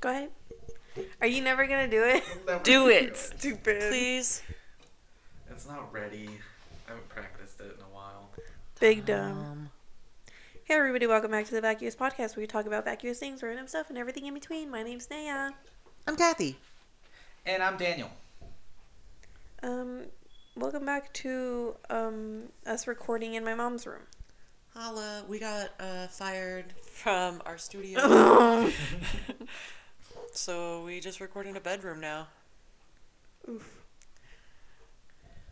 Go ahead. Are you never gonna do it? Do it. Stupid. Please. It's not ready. I haven't practiced it in a while. Big dumb. Um. Hey everybody, welcome back to the Vacuous Podcast where we talk about vacuous things, random stuff, and everything in between. My name's Naya. I'm Kathy. And I'm Daniel. Um, welcome back to um us recording in my mom's room. Holla. We got uh, fired from our studio. Oof. so we just record in a bedroom now.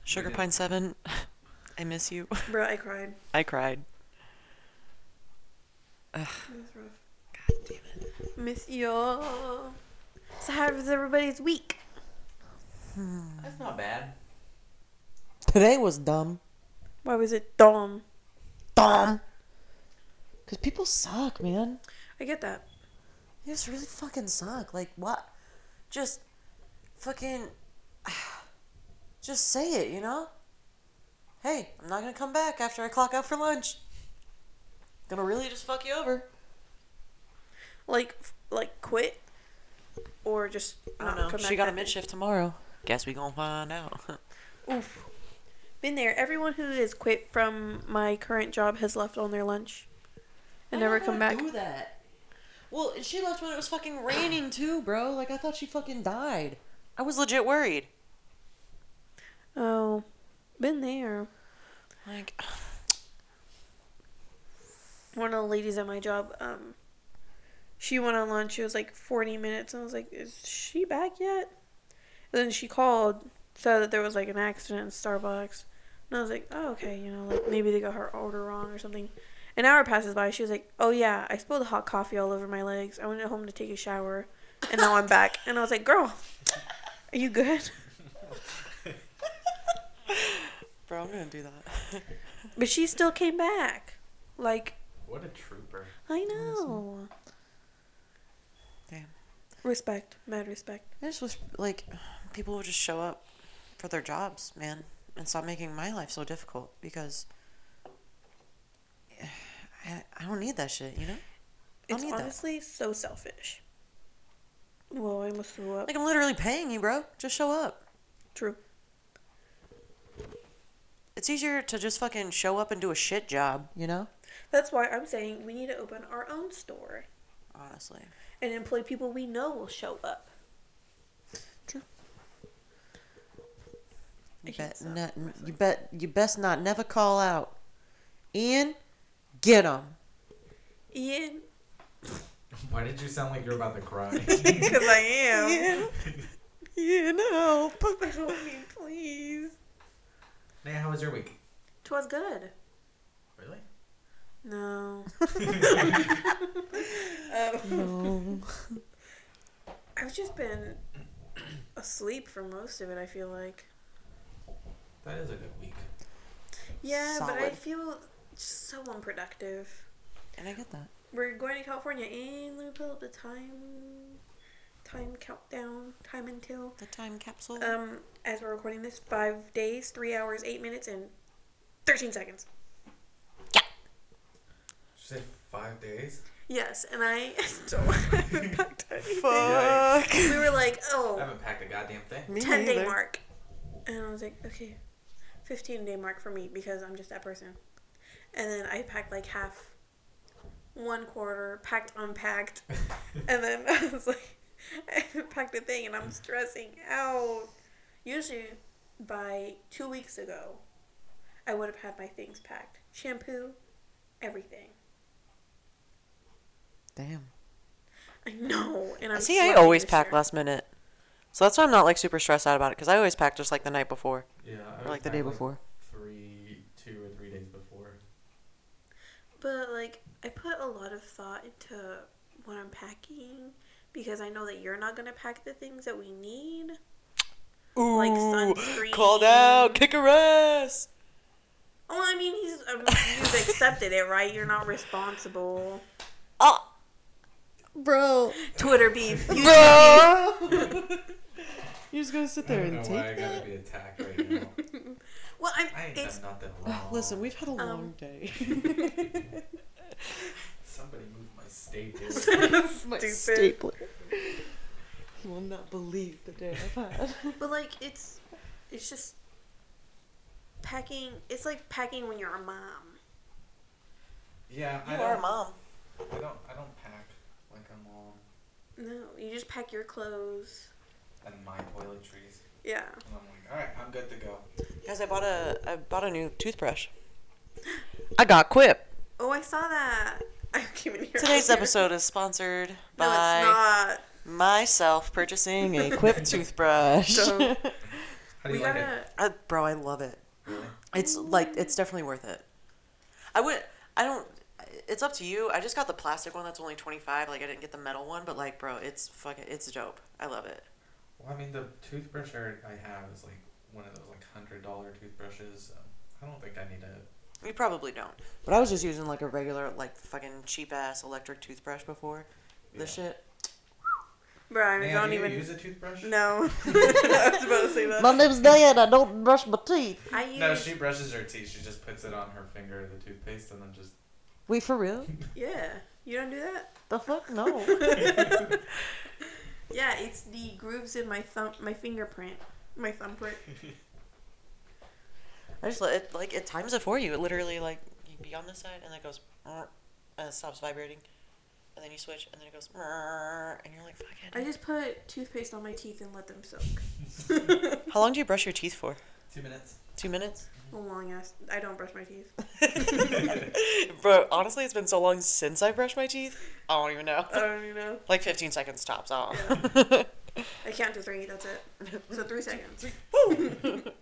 Sugar Yeah. Pine 7, I miss you. Bro, I cried. I cried. It was rough. God damn it. Miss you. all. So how was everybody's week? That's not bad. Today was dumb. Why was it dumb? Dumb. Because people suck, man. I get that. They just really fucking suck. Like what? Just fucking just say it, you know? Hey, I'm not gonna come back after I clock out for lunch. Gonna really just fuck you over. Like, f- like quit, or just I don't not know. come she back got a that day? mid shift tomorrow. Guess we gonna find out. Oof. Been there. Everyone who has quit from my current job has left on their lunch and never come back. Do that. Well, and she left when it was fucking raining too, bro. Like I thought she fucking died. I was legit worried. Oh, been there. Like One of the ladies at my job, um, she went on lunch. It was like 40 minutes. And I was like, is she back yet? And then she called, said that there was like an accident in Starbucks. And I was like, oh, okay, you know, like maybe they got her order wrong or something. An hour passes by. She was like, oh, yeah, I spilled hot coffee all over my legs. I went home to take a shower. And now I'm back. And I was like, girl, are you good? Bro, I'm gonna do that. But she still came back. Like, What a trooper. I know. Damn. Respect. Mad respect. I just wish, like, people would just show up for their jobs, man, and stop making my life so difficult because I, I don't need that shit, you know? I It's don't need that. honestly so selfish. Whoa, I almost threw up. Like, I'm literally paying you, bro. Just show up. True. It's easier to just fucking show up and do a shit job, you know? That's why I'm saying we need to open our own store Honestly. and employ people we know will show up. I You can't bet, stop not, you bet you best not never call out. Ian, get 'em. Ian, Why did you sound like you're about to cry? because I am. Ian, help. Help me, please. Naya, how was your week? Twas good. Really? No. um, No. I've just been asleep for most of it. I feel like. That is a good week. Yeah, but I Solid. feel just so unproductive. And I get that. We're going to California, and let me pull up the time, time countdown, time until. The time capsule. Um, as we're recording this, five days, three hours, eight minutes, and thirteen seconds. She said five days? Yes, and I don't have packed anything. Fuck. We were like, I oh, haven't packed a goddamn thing. 10 day mark, and I was like, okay, fifteen day mark for me because I'm just that person. And then I packed like half, one quarter, packed unpacked, And then I was like, I haven't packed a thing and I'm stressing out. Usually by two weeks ago, I would have had my things packed shampoo, everything. Damn. I know. And I'm See, I slacking always this pack year. last minute. So that's why I'm not like super stressed out about it because I always pack just like the night before yeah. I or like was the back, day before. Three, two or three days before. But like, I put a lot of thought into what I'm packing because I know that you're not going to pack the things that we need. Ooh, Like sunscreen. called out, kick her ass. Oh, I mean, he's, I mean, you've accepted it, right? You're not responsible. Oh, bro, Twitter beef. You bro. You're just gonna sit I there don't know and why I take gotta that. be attacked right now. Well, I'm, I ain't it's done nothing Ah, wrong. Listen, we've had a long Um, day. Somebody moved my staples. Stupid. You will not believe the day I've had. But like it's it's just packing it's like packing when you're a mom. Yeah, I you don't, are a mom. I don't. I don't pack like a mom No, you just pack your clothes. and my toiletries, Yeah. and I'm like, all right, I'm good to go. Guys, I bought a I bought a new toothbrush. I got Quip. Oh I saw that. I came in here. Today's earlier. episode is sponsored No, it's by not. myself purchasing a Quip toothbrush. Dumb. How do We you like gotta it? Uh, bro, I love it. Really? It's like it's definitely worth it. I would I don't it's up to you. I just got the plastic one that's only 25. Like I didn't get the metal one, but like bro, it's fucking it's dope. I love it. Well, I mean, the toothbrush I I have is like one of those like hundred dollar toothbrushes. Um, I don't think I need a You probably don't. But I was just using like a regular like fucking cheap ass electric toothbrush before. This shit. Bro, I Man, don't do you even use a toothbrush? No. I was about to say that. My name's Dad. I don't brush my teeth. I use No, she brushes her teeth. She just puts it on her finger, the toothpaste, and then just. We for real? Yeah. You don't do that? The fuck no. Yeah, it's the grooves in my thumb my fingerprint. My thumbprint. I just let it like it times it for you. It literally like you be on this side and then it goes "Mrr," and it stops vibrating, and then you switch and then it goes "Mrr," and you're like fuck I it. just put toothpaste on my teeth and let them soak. How long do you brush your teeth for? Two minutes. Two minutes, A long ass. I don't brush my teeth. bro. Honestly, it's been so long since I brushed my teeth. I don't even know. I don't even know. Like 15 seconds tops. I I count to three. That's it. So three seconds. don't know.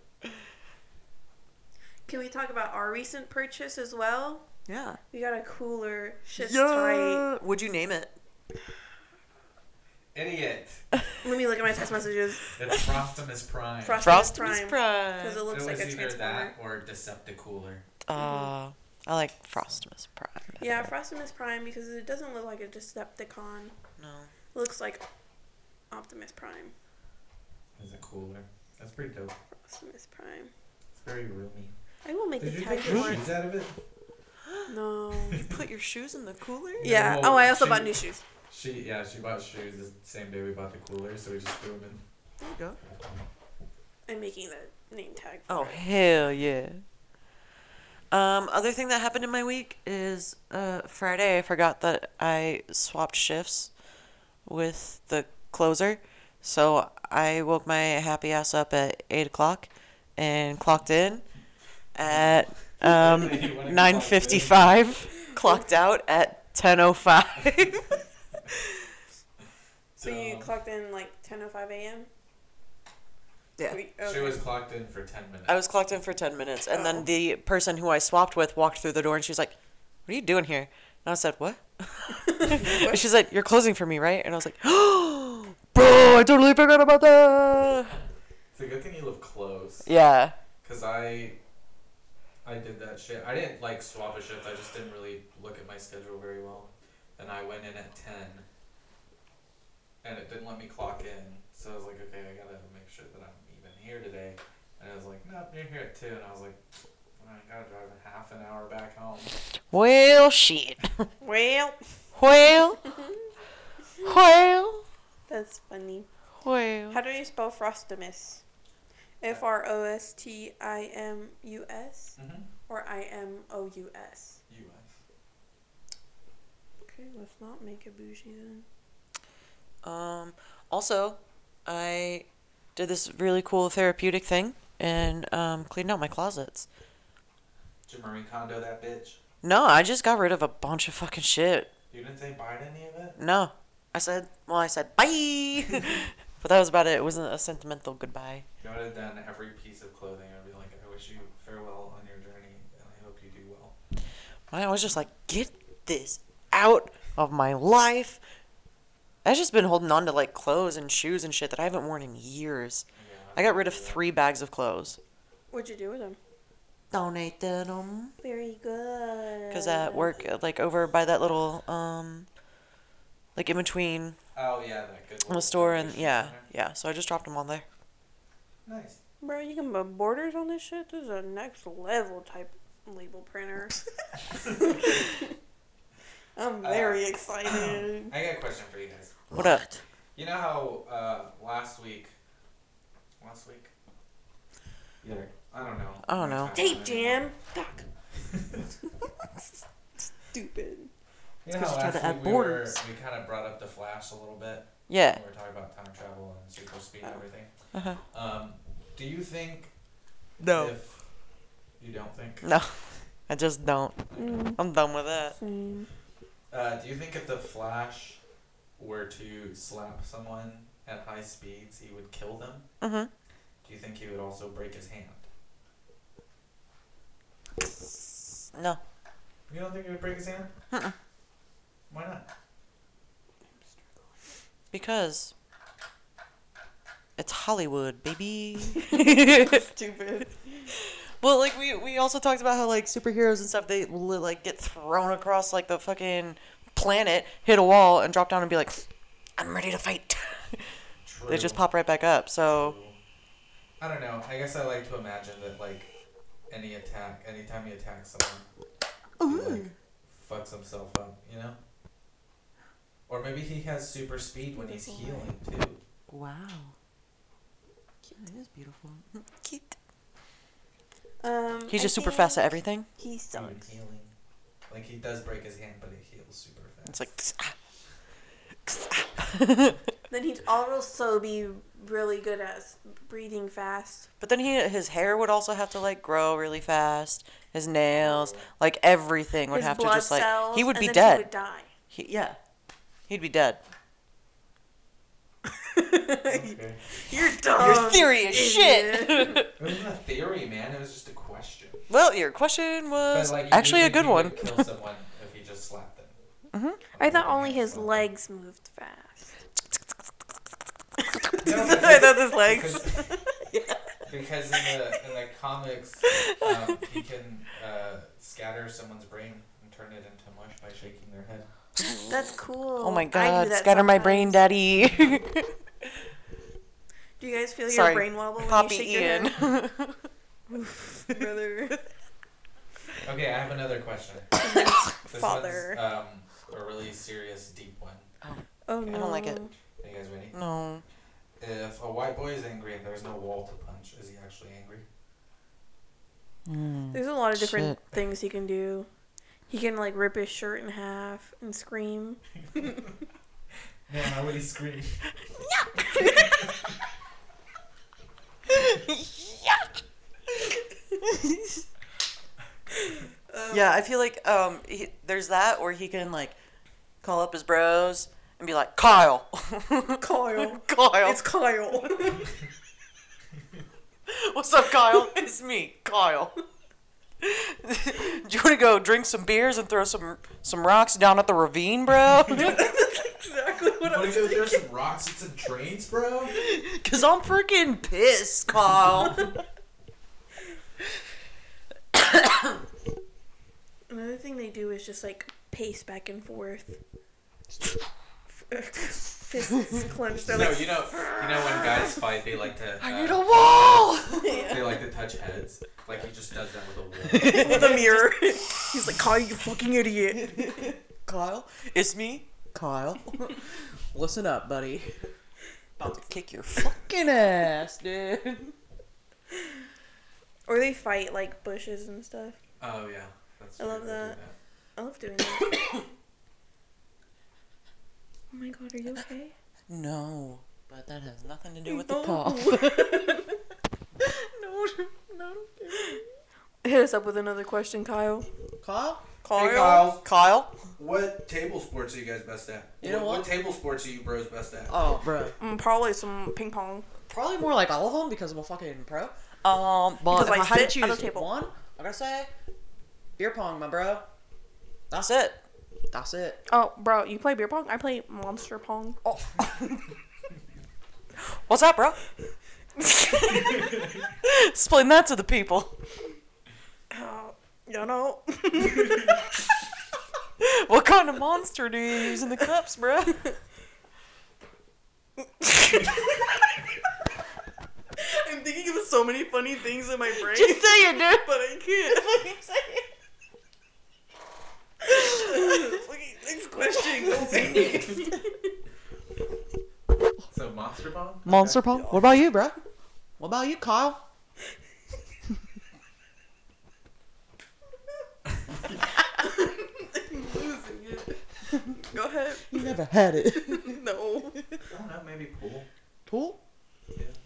Can we talk about our recent purchase as well? yeah. We got a cooler. Shit's tight. Yeah. Would you name it? Idiot. Let me look at my text messages. It's Frostimus Prime. Frost, Frost Prime. Prime. Because it looks it like was a either transformer. that or Decepticooler. Uh, I like Frostimus Prime. better. Yeah, Frostimus Prime because it doesn't look like a Decepticon. No. It looks like Optimus Prime. Is it cooler? That's pretty dope. Optimus Prime. It's very roomy. I will make Did the you take tag work. shoes out of it? No. Put your shoes in the cooler. Yeah. Whoa, Oh, I also shoot. bought new shoes. She yeah, she bought shoes the same day we bought the cooler, so we just threw them in. There you go. I'm making the name tag. For Oh it. hell yeah. Um, other thing that happened in my week is uh, Friday. I forgot that I swapped shifts with the closer, so I woke my happy ass up at eight o'clock and clocked in at um, You wanna clock in? nine fifty five. Clocked out at ten o five. So you Um, clocked in like 10:05 a.m. Yeah. We- oh. She okay. was clocked in for ten minutes. I was clocked in for 10 minutes, and Oh. then the person who I swapped with walked through the door and she's like, What are you doing here? And I said, What? And she's like, You're closing for me, right? And I was like, Oh, bro, I totally forgot about that. It's a good thing you live close. Yeah. Cause I I did that shit. I didn't like swap a shift, I just didn't really look at my schedule very well. And I went in at ten and it didn't let me clock in. So I was like, okay, I gotta make sure that I'm even here today. And it was like, nope, you're here at two and I was like, I gotta drive a half an hour back home. Well, shit. Well, Well, well, that's funny. well. How do you spell Frostimus? F R O S T I M U S Mm-hmm. or I M O U S? US. Okay, let's not make it bougie then. Um, also, I did this really cool therapeutic thing and um, cleaned out my closets. Did Marie Kondo that bitch? No, I just got rid of a bunch of fucking shit. You didn't say buy any of it? No. I said, well, I said bye. but that was about it. It wasn't a sentimental goodbye. You would have done every piece of clothing. I'd be like, I wish you farewell on your journey and I hope you do well. I was just like, get this out of my life. I've just been holding on to like clothes and shoes and shit that I haven't worn in years. Yeah, I got rid of do that. three bags of clothes. What'd you do with them? Donated them. Very good. Because at work, uh, like over by that little, um, like in between Oh yeah, that good. the little store and location yeah, center. yeah. So I just dropped them all there. Nice. Bro, you can put borders on this shit. This is a next level type label printer. I'm very excited. I got a question for you guys. What up? You know how uh, last week, last week, yeah, I don't know. I don't know. Date jam. Fuck. you Stupid. know how 'cause you try to last add week we, were, borders. we kind of brought up the Flash a little bit. Yeah. We were talking about time travel and super speed and everything. Uh-huh. Um, do you think if you don't think, No. I just don't. I'm done with that. Same. uh, do you think if the Flash were to slap someone at high speeds, he would kill them? Mm-hmm. Do you think he would also break his hand? No. You don't think he would break his hand? Uh-uh. Why not? Because it's Hollywood, baby. Stupid. well, like we we also talked about how like superheroes and stuff they li- like get thrown across like the fucking planet, hit a wall, and drop down and be like, "I'm ready to fight." True. they just pop right back up. So I don't know. I guess I like to imagine that like any attack, anytime he attacks someone, he, like fucks himself up. You know. Or maybe he has super speed when he's healing too. wow, that is beautiful. Cute. Um, He's I just super think fast at everything. He Even sucks. healing. Like he does break his hand, but it heals super fast. It's like. ah. Then he'd also be really good at s- breathing fast. But then he his hair would also have to like grow really fast. His nails, like everything would His have to blood just like cells, he would be and then dead. He would die. He yeah, he'd be dead. Okay. You're dumb. Your theory is Oh, idiot. shit. It wasn't a theory, man. It was just a question. well, your question was But, like, you Uh, actually a think good he one. Mm-hmm. would Kill someone if he just slapped them. I thought only his legs moved fast. No, That's his legs. because, because in the in the comics, um, he can uh, scatter someone's brain and turn it into mush by shaking their head. That's cool. Oh I my do god, that scatter my brain, sometimes. daddy. Do you guys feel Sorry, your brain wobble when Poppy you shake Ian. your head? Brother. Okay, I have another question. This Father. one's um, a really serious, deep one. Oh I no. don't like it. Are you guys ready? no, If a white boy is angry and there's no wall to punch, is he actually angry? There's a lot of different things he can do. He can like rip his shirt in half and scream. No, how would he scream? yeah, I feel like um, he, there's that, or he can like call up his bros and be like, Kyle, Kyle. Kyle, It's Kyle. What's up, Kyle? It's me, Kyle. Do you want to go drink some beers and throw some some rocks down at the ravine, bro? exactly what I What was if there's some rocks and some trains, bro? Cause I'm freaking pissed, Kyle. Another thing they do is just like pace back and forth. Fists clenched. They're No, like, you know, you know when guys fight, they like to. I uh, need a wall. They like to touch heads. Like he just does that with a wall. with a mirror. He's like, Kyle, you fucking idiot. Kyle, it's me, Kyle. Listen up, buddy. About to kick your fucking ass, dude. Or they fight like bushes and stuff. Oh yeah, that's I love true, they do that. I love doing that. oh my god, are you okay? No, but that has nothing to do with the No. cough. no, no. Hit us up with another question, Kyle. Kyle, Hey, Kyle. Kyle. What table sports are you guys best at? You know what, what? table sports are you bros best at? Oh, bro. Mm, probably some ping pong. probably more like all of them because I'm a fucking pro. Um, but Because if I I had to sit at a choose table. one, I'm gonna say beer pong, my bro. That's it. That's it. Oh, bro, you play beer pong? I play monster pong. Oh, What's up, bro? Uh, Explain that to the people. you know. What kind of monster do you use in the cups, bro? I'm thinking of so many funny things in my brain, say it, dude. but I can't. Fucking Next question. Go fast. So Monster Bomb? Monster Pong. What about you, bro? What about you, Kyle? Losing it. Go ahead. You never had it. no. I don't know, maybe pool. Pool?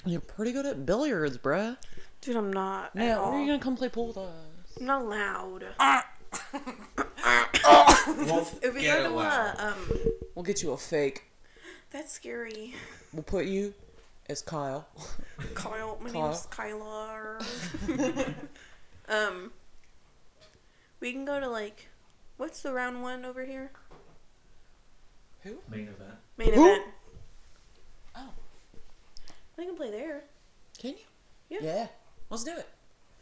You're pretty good at billiards, bruh. Dude, I'm not. at Yeah, all. are Oh. you gonna come play pool with us? I'm not loud. Well, If we get go to allowed. a, um, We'll get you a fake. that's scary. We'll put you as Kyle. Kyle, my Kyle. name's Kylar. um, we can go to like, what's the round one over here? main event. Main Who? event. Oh. I can play there. Can you? Yeah. Let's do it.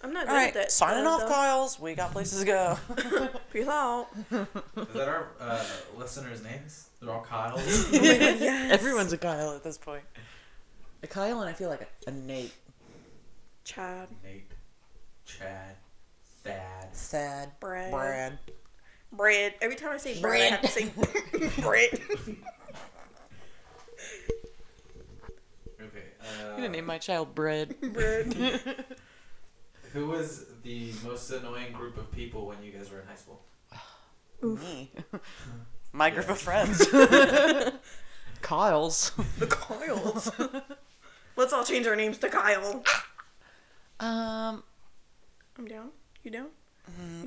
I'm not All good at right. that. Signing uh, off, though. Kyles. We got places to go. Peace out. Oh Is that our uh, listeners' names? They're all Kyle's. yes. Everyone's a Kyle at this point. A Kyle and I feel like a, a Nate. Chad, Nate, Chad, Thad. Thad. Brad, bread. Brad. Every time I say bread, I have to say bread. Okay. Uh, I'm gonna name my child Bread. bread. who was the most annoying group of people when you guys were in high school? Me. My group of friends. Kyle's. The Kyles. Let's all change our names to Kyle. Um. I'm down. You down?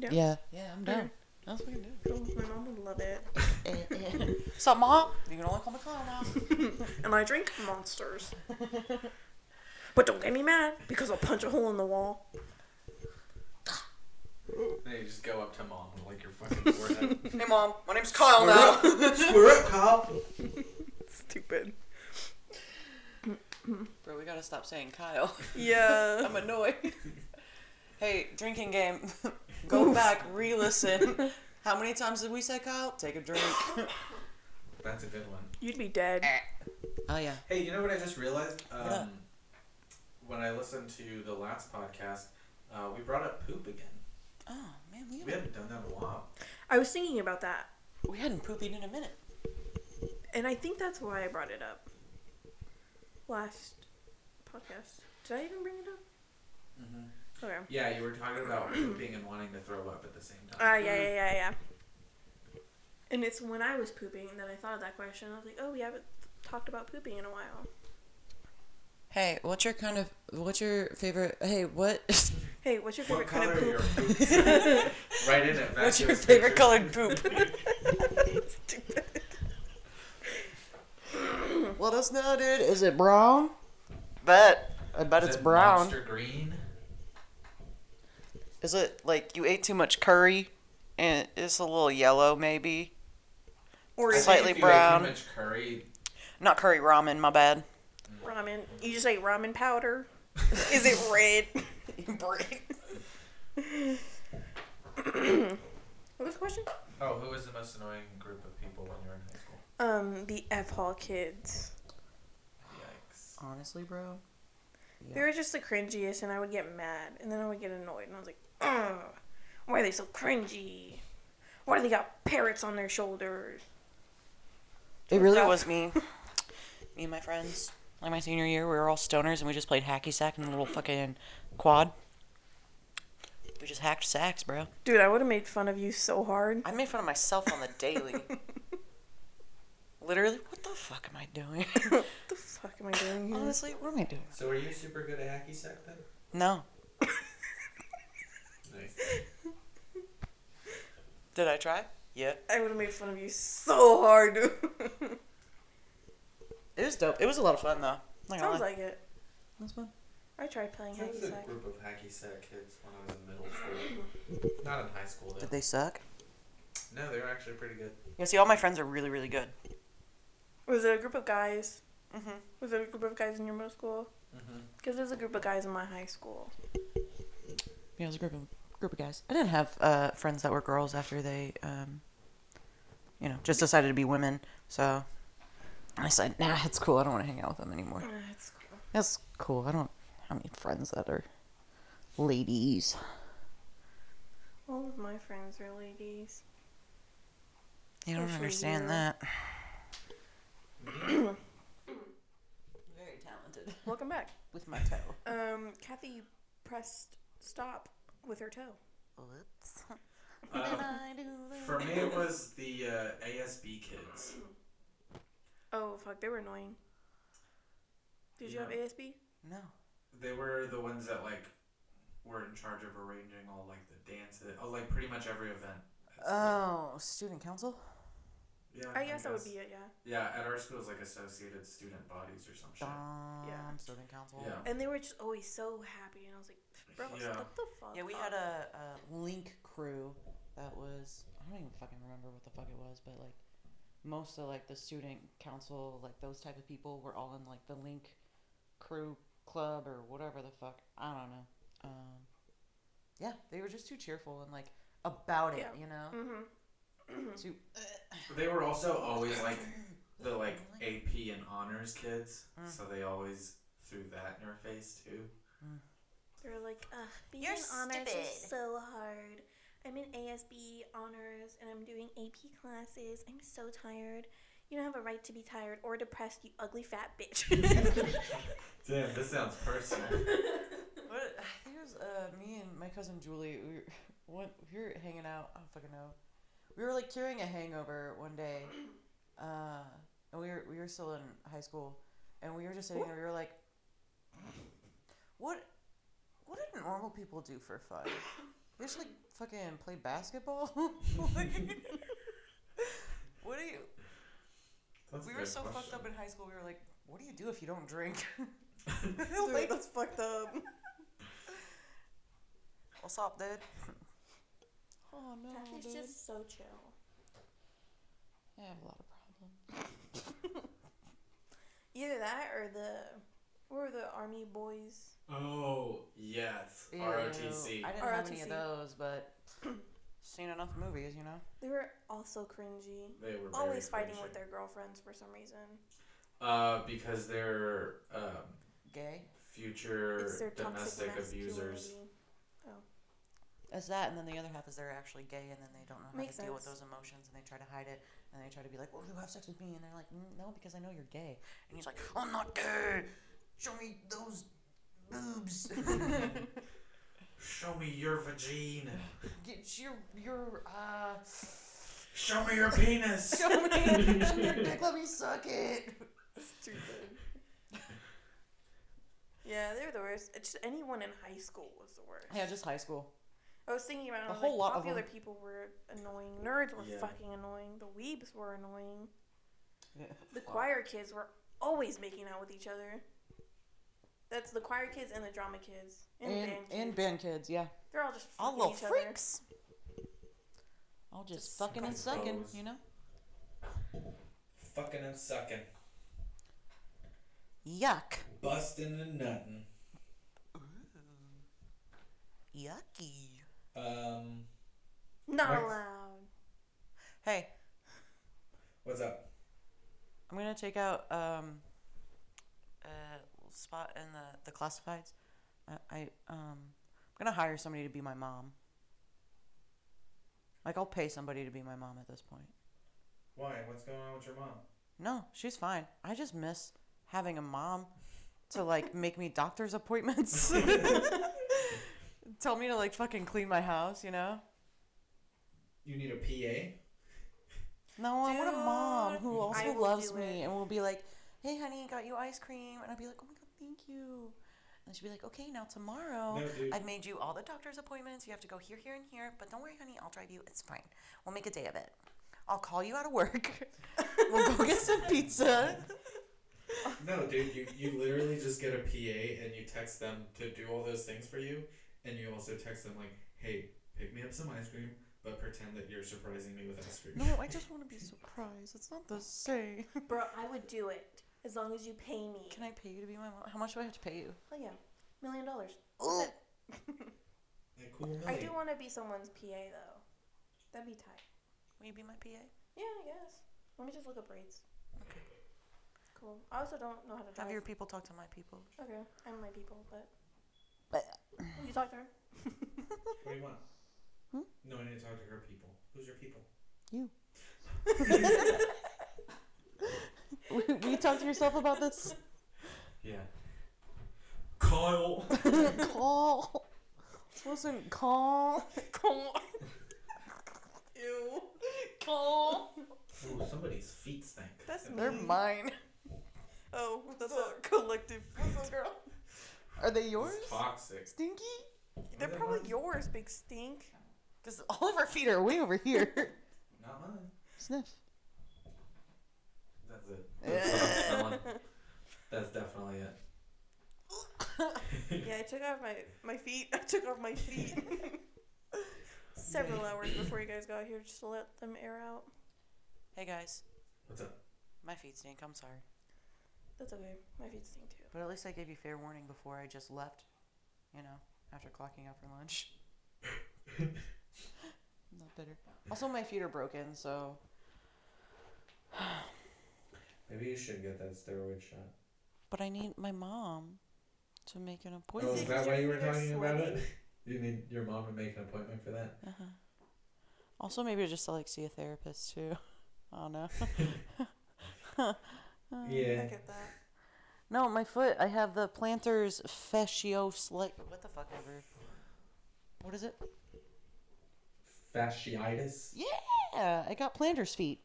Yeah. Yeah. Yeah, I'm down. Okay. That's what we can Cool. My mom would love it. do. What's up, Mom? You can only call me Kyle now. And I drink monsters. But don't get me mad because I'll punch a hole in the wall. Then you just go up to mom and like your fucking forehead. Hey, Mom. My name's Kyle now. Square up, Kyle. Stupid. Bro, we gotta stop saying Kyle. Yeah. I'm annoyed. hey, drinking game. Go back, re listen. How many times did we say Kyle? Take a drink. Oh, That's a good one. You'd be dead. oh yeah. Hey, you know what I just realized? up? Um, when I listened to the last podcast, uh, we brought up poop again. Oh, man, we We haven't, haven't done that in a while. I was thinking about that, we hadn't poopied in a minute. and I think that's why I brought it up. Last podcast. Did I even bring it up? Mm-hmm. Okay. Yeah, you were talking about pooping and wanting to throw up at the same time. Ah, yeah, yeah, yeah, yeah. And it's when I was pooping that I thought of that question. I was like, oh, we haven't talked about pooping in a while. Hey, what's your kind of. What's your favorite. Hey, what. Hey, what's your What favorite kind of color are poop? your poops? right in it. what's your favorite colored poop? Let us know, dude. Is it brown? Bet. I bet Is it Monster green. Is it like you ate too much curry and it's a little yellow, maybe? Or is Slightly If you ate brown. Too much curry. Not curry ramen, my bad. it ramen? You just say ramen powder? is it red? What was the question? Oh, who was the most annoying group of people when you were in high school? Um, the F Hall kids. Yikes. Honestly, bro. They were just the cringiest, and I would get mad, and then I would get annoyed, and I was like, Ugh, why are they so cringy? Why do they got parrots on their shoulders? It really That Yeah. was me. me and my friends. Like my senior year, we were all stoners and we just played hacky sack in a little fucking quad. We just hacked sacks, bro. Dude, I would have made fun of you so hard. I made fun of myself on the daily. Literally, what the fuck am I doing? what the fuck am I doing here? Honestly, what am I doing? So were you super good at hacky sack then? No. Nice. Did I try? Yeah. I would have made fun of you so hard. It was dope. It was a lot of fun, though. Not gonna Sounds lie. like it. It was fun. I tried playing There hacky was a sack. group of hacky sack kids when I was in middle school. Not in high school though. Did they suck? No, they were actually pretty good. Yeah, see, all my friends are really, really good. Was it a group of guys? Mm-hmm. Was it a group of guys in your middle school? Mm-hmm. Because there's a group of guys in my high school. Yeah, it was a group of group of guys. I didn't have uh, friends that were girls after they, um, you know, just decided to be women. So I said, nah, it's cool. I don't want to hang out with them anymore. Ah, That's cool. That's cool. I don't have any friends that are ladies. All of my friends are ladies. You don't Or for understand you. that. Very talented Welcome back. with my toe. Um, Kathy pressed stop with her toe. Whoops. Um, for me, it was the uh, ASB kids. Oh fuck, they were annoying. Did you have Yeah. ASB? No. They were the ones that like were in charge of arranging all like the dances, oh, like pretty much every event. Oh, student council? Yeah, I guess that would be it, yeah. Yeah, at our school it was like associated student bodies or some shit. Yeah. Yeah. Student council. Yeah. And they were just always so happy, and I was like, bro, Yeah. what the fuck? Yeah, we up?" had a, a link crew that was I don't even fucking remember what the fuck it was, but like most of like the student council, like those type of people were all in like the link crew club or whatever the fuck. I don't know. Um, yeah, they were just too cheerful and like about it, Yeah. you know. Mhm. Too But they were also always like the like AP and honors kids, so they always threw that in her face too. They were like, Ugh, being You're in honors stupid. is so hard. I'm in ASB honors, and I'm doing AP classes. I'm so tired. You don't have a right to be tired or depressed, you ugly fat bitch. Damn, this sounds personal. What I think it was uh, me and my cousin Julie. We were, one, we were hanging out. I don't fucking know. We were like curing a hangover one day, uh, and we were we were still in high school, and we were just sitting there. We were like, "What? What did normal people do for fun? They just like fucking play basketball. like, what do you? That's a we were good so fucked question. up in high school. We were like, "What do you do if you don't drink? like that's fucked up." What's up, dude? Oh no, Kathy's dude. just so chill. I have a lot of problems. Either that or the, or the army boys. Oh yes, ROTC. I didn't have any ROTC. of those, but seen enough movies, you know. They were also cringy. They were very Always fighting with cringy. their girlfriends for some reason. Uh, because they're um, Gay. It's their future toxic domestic abusers. masculinity. That's that, and then the other half is they're actually gay, and then they don't know how Makes to deal with sense. those emotions, and they try to hide it, and they try to be like, "Well, you have sex with me," and they're like, "Mm, "No, because I know you're gay," and he's like, "I'm not gay. Show me those boobs. Show me your vagina. Get your your uh." Show me your penis. Show me your dick. Let me suck it. Stupid. yeah, they were the worst. It's just anyone in high school was the worst. Yeah, just high school. I was thinking about it. A I was whole like, lot of popular them. people were annoying. Nerds were Yeah. fucking annoying. The weebs were annoying. Yeah. The choir kids were always making out with each other. That's the choir kids and the drama kids and, And band kids. and band kids, yeah. They're all just All fucking little each freaks. All just, Just fucking and fucking sucking, bros. you know? Fucking and sucking, Yuck. busting and nutting. Yucky. Um, other. Not Right. allowed. Hey, what's up? I'm gonna take out um a little spot in the, the classifieds. I, I um I'm gonna hire somebody to be my mom. Like I'll pay somebody to be my mom at this point. Why? What's going on with your mom? No, she's fine. I just miss having a mom to like make me doctor's appointments. Tell me to like fucking clean my house, you know? You need a PA. No, I want a mom Dude, I who also will loves do me it. and will be like, "Hey, honey, got you ice cream," and I'd be like, "Oh my god, thank you." And she'd be like, "Okay, now tomorrow, No, dude. I've made you all the doctor's appointments. You have to go here, here, and here. But don't worry, honey, I'll drive you. It's fine. We'll make a day of it. I'll call you out of work. we'll go get some pizza." No, dude, you, you literally just get a PA and you text them to do all those things for you, and you also text them like, "Hey, pick me up some ice cream, but pretend that you're surprising me with ice cream." No, I just want to be surprised. It's not the same. Bro, I would do it as long as you pay me. Can I pay you to be my mom? How much do I have to pay you? Oh yeah, million dollars. Oh, Like, cool. I Millie. do want to be someone's PA though. That'd be tight. will you be my PA? Yeah, I guess. Let me just look up rates. Cool. I also don't know how to drive. Have your people talk to my people. Okay, I'm my people, but But you talk to her. What do you want? Hmm? No, I need to talk to her people. Who's your people? You. you talk to yourself about this Yeah. Kyle. call. This wasn't call. Call. Ew. Call. Ooh, somebody's feet stink. That's They're mean. mine. Oh, that's a collective. That's girl. Are they yours? It's toxic. Stinky? They're probably yours, big stink. Because all of our feet are way over here. Not mine. Sniff. That's it. That's, not someone. That's definitely it. Yeah, I took off my my feet. I took off my feet several hours before you guys got here just to let them air out. Hey guys, What's up? my feet stink. I'm sorry, That's okay. My feet stink too. but at least I gave you fair warning before I just left. You know, after clocking out for lunch. I'm not bitter. Also, my feet are broken, so. Maybe you should get that steroid shot. But I need my mom to make an Oh, appointment. is think that your why you were feet are talking about it? sweaty? You need your mom to make an appointment for that? Also, maybe just to like see a therapist too. I don't know. Uh, I yeah. get that. No, my foot. I have the plantar's fascios like what the fuck ever. What is it? Fasciitis? Yeah, I got plantar's feet.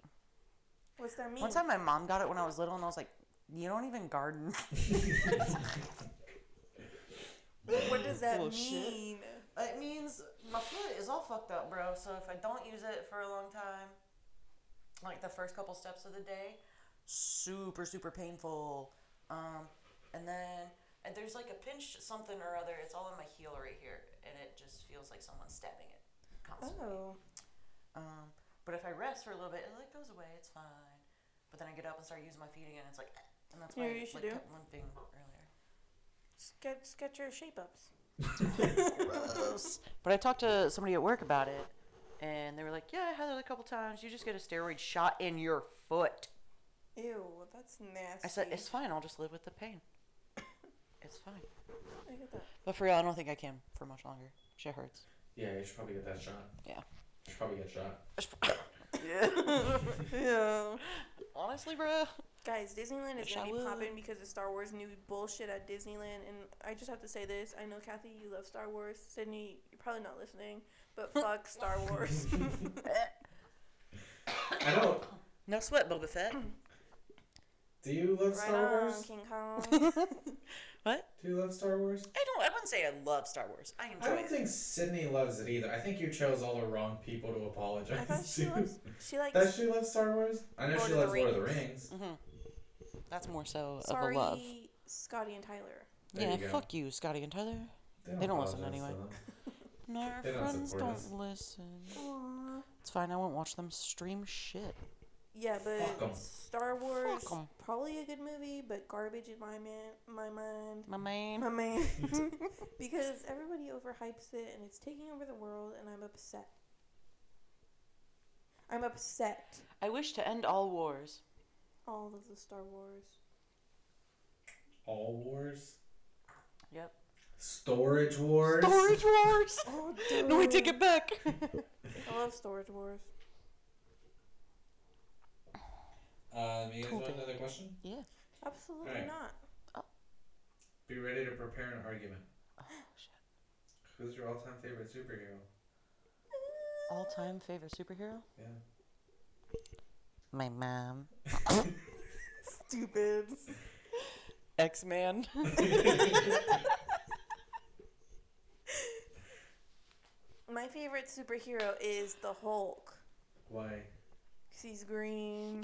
What's that mean? One time, my mom got it when I was little, and I was like, "You don't even garden." what does that Little shit. mean? it means my foot is all fucked up, bro. So if I don't use it for a long time, like the first couple steps of the day, super super painful. Um, and then and there's like a pinch something or other. It's all in my heel right here, and it just feels like someone's stabbing it constantly. Oh, Um, but if I rest for a little bit, it like goes away. It's fine. But then I get up and start using my feet again. It's like, eh, and that's You why know what you I should like, do? kept limping earlier. just get just get your shape ups. but I talked to somebody at work about it, and they were like, "Yeah, I had it a couple times. You just get a steroid shot in your foot." Ew, that's nasty. I said, "It's fine. I'll just live with the pain. It's fine." I get that. But for real, I don't think I can for much longer. Shit hurts. Yeah, you should probably get that shot. Yeah. You should probably get shot. Yeah. Honestly, bro. Guys, Disneyland is Wish gonna I be would. popping because of Star Wars new bullshit at Disneyland, and I just have to say this: I know Kathy, you love Star Wars. Sydney, you're probably not listening, but fuck Star Wars. I don't. No sweat, Boba Fett. Do you love right Star on, Wars? King Kong. what? Do you love Star Wars? I don't. I wouldn't say I love Star Wars. I I enjoy don't it. think Sydney loves it either. I think you chose all the wrong people to I thought apologize she to. loves. She Does likes. she love Star Wars? I know Lord of she the loves Lord of the Rings. That's more so of a love. Sorry, Scotty and Tyler. There yeah, you go. fuck you, Scotty and Tyler. They don't listen apologize to them. No, our They don't friends support don't us. listen. Aww. It's fine. I won't watch them stream shit. Yeah, but Fuck 'em. Star Wars 'em. probably a good movie, but garbage in my man, my mind. My man. My man, because everybody overhypes it and it's taking over the world, and I'm upset. I'm upset. I wish to end all wars. All of the Star Wars. All wars? Yep. Storage wars? Storage wars. Oh, no, we take it back. I love Storage Wars. Um, you guys want Cool. another question? yeah. Absolutely Right. not. Be ready to prepare an argument. Oh shit. Who's your all time favorite superhero? All-time favorite superhero? Yeah. My mom. Stupid. X-Man. My favorite superhero is the Hulk. Why? 'Cause he's green.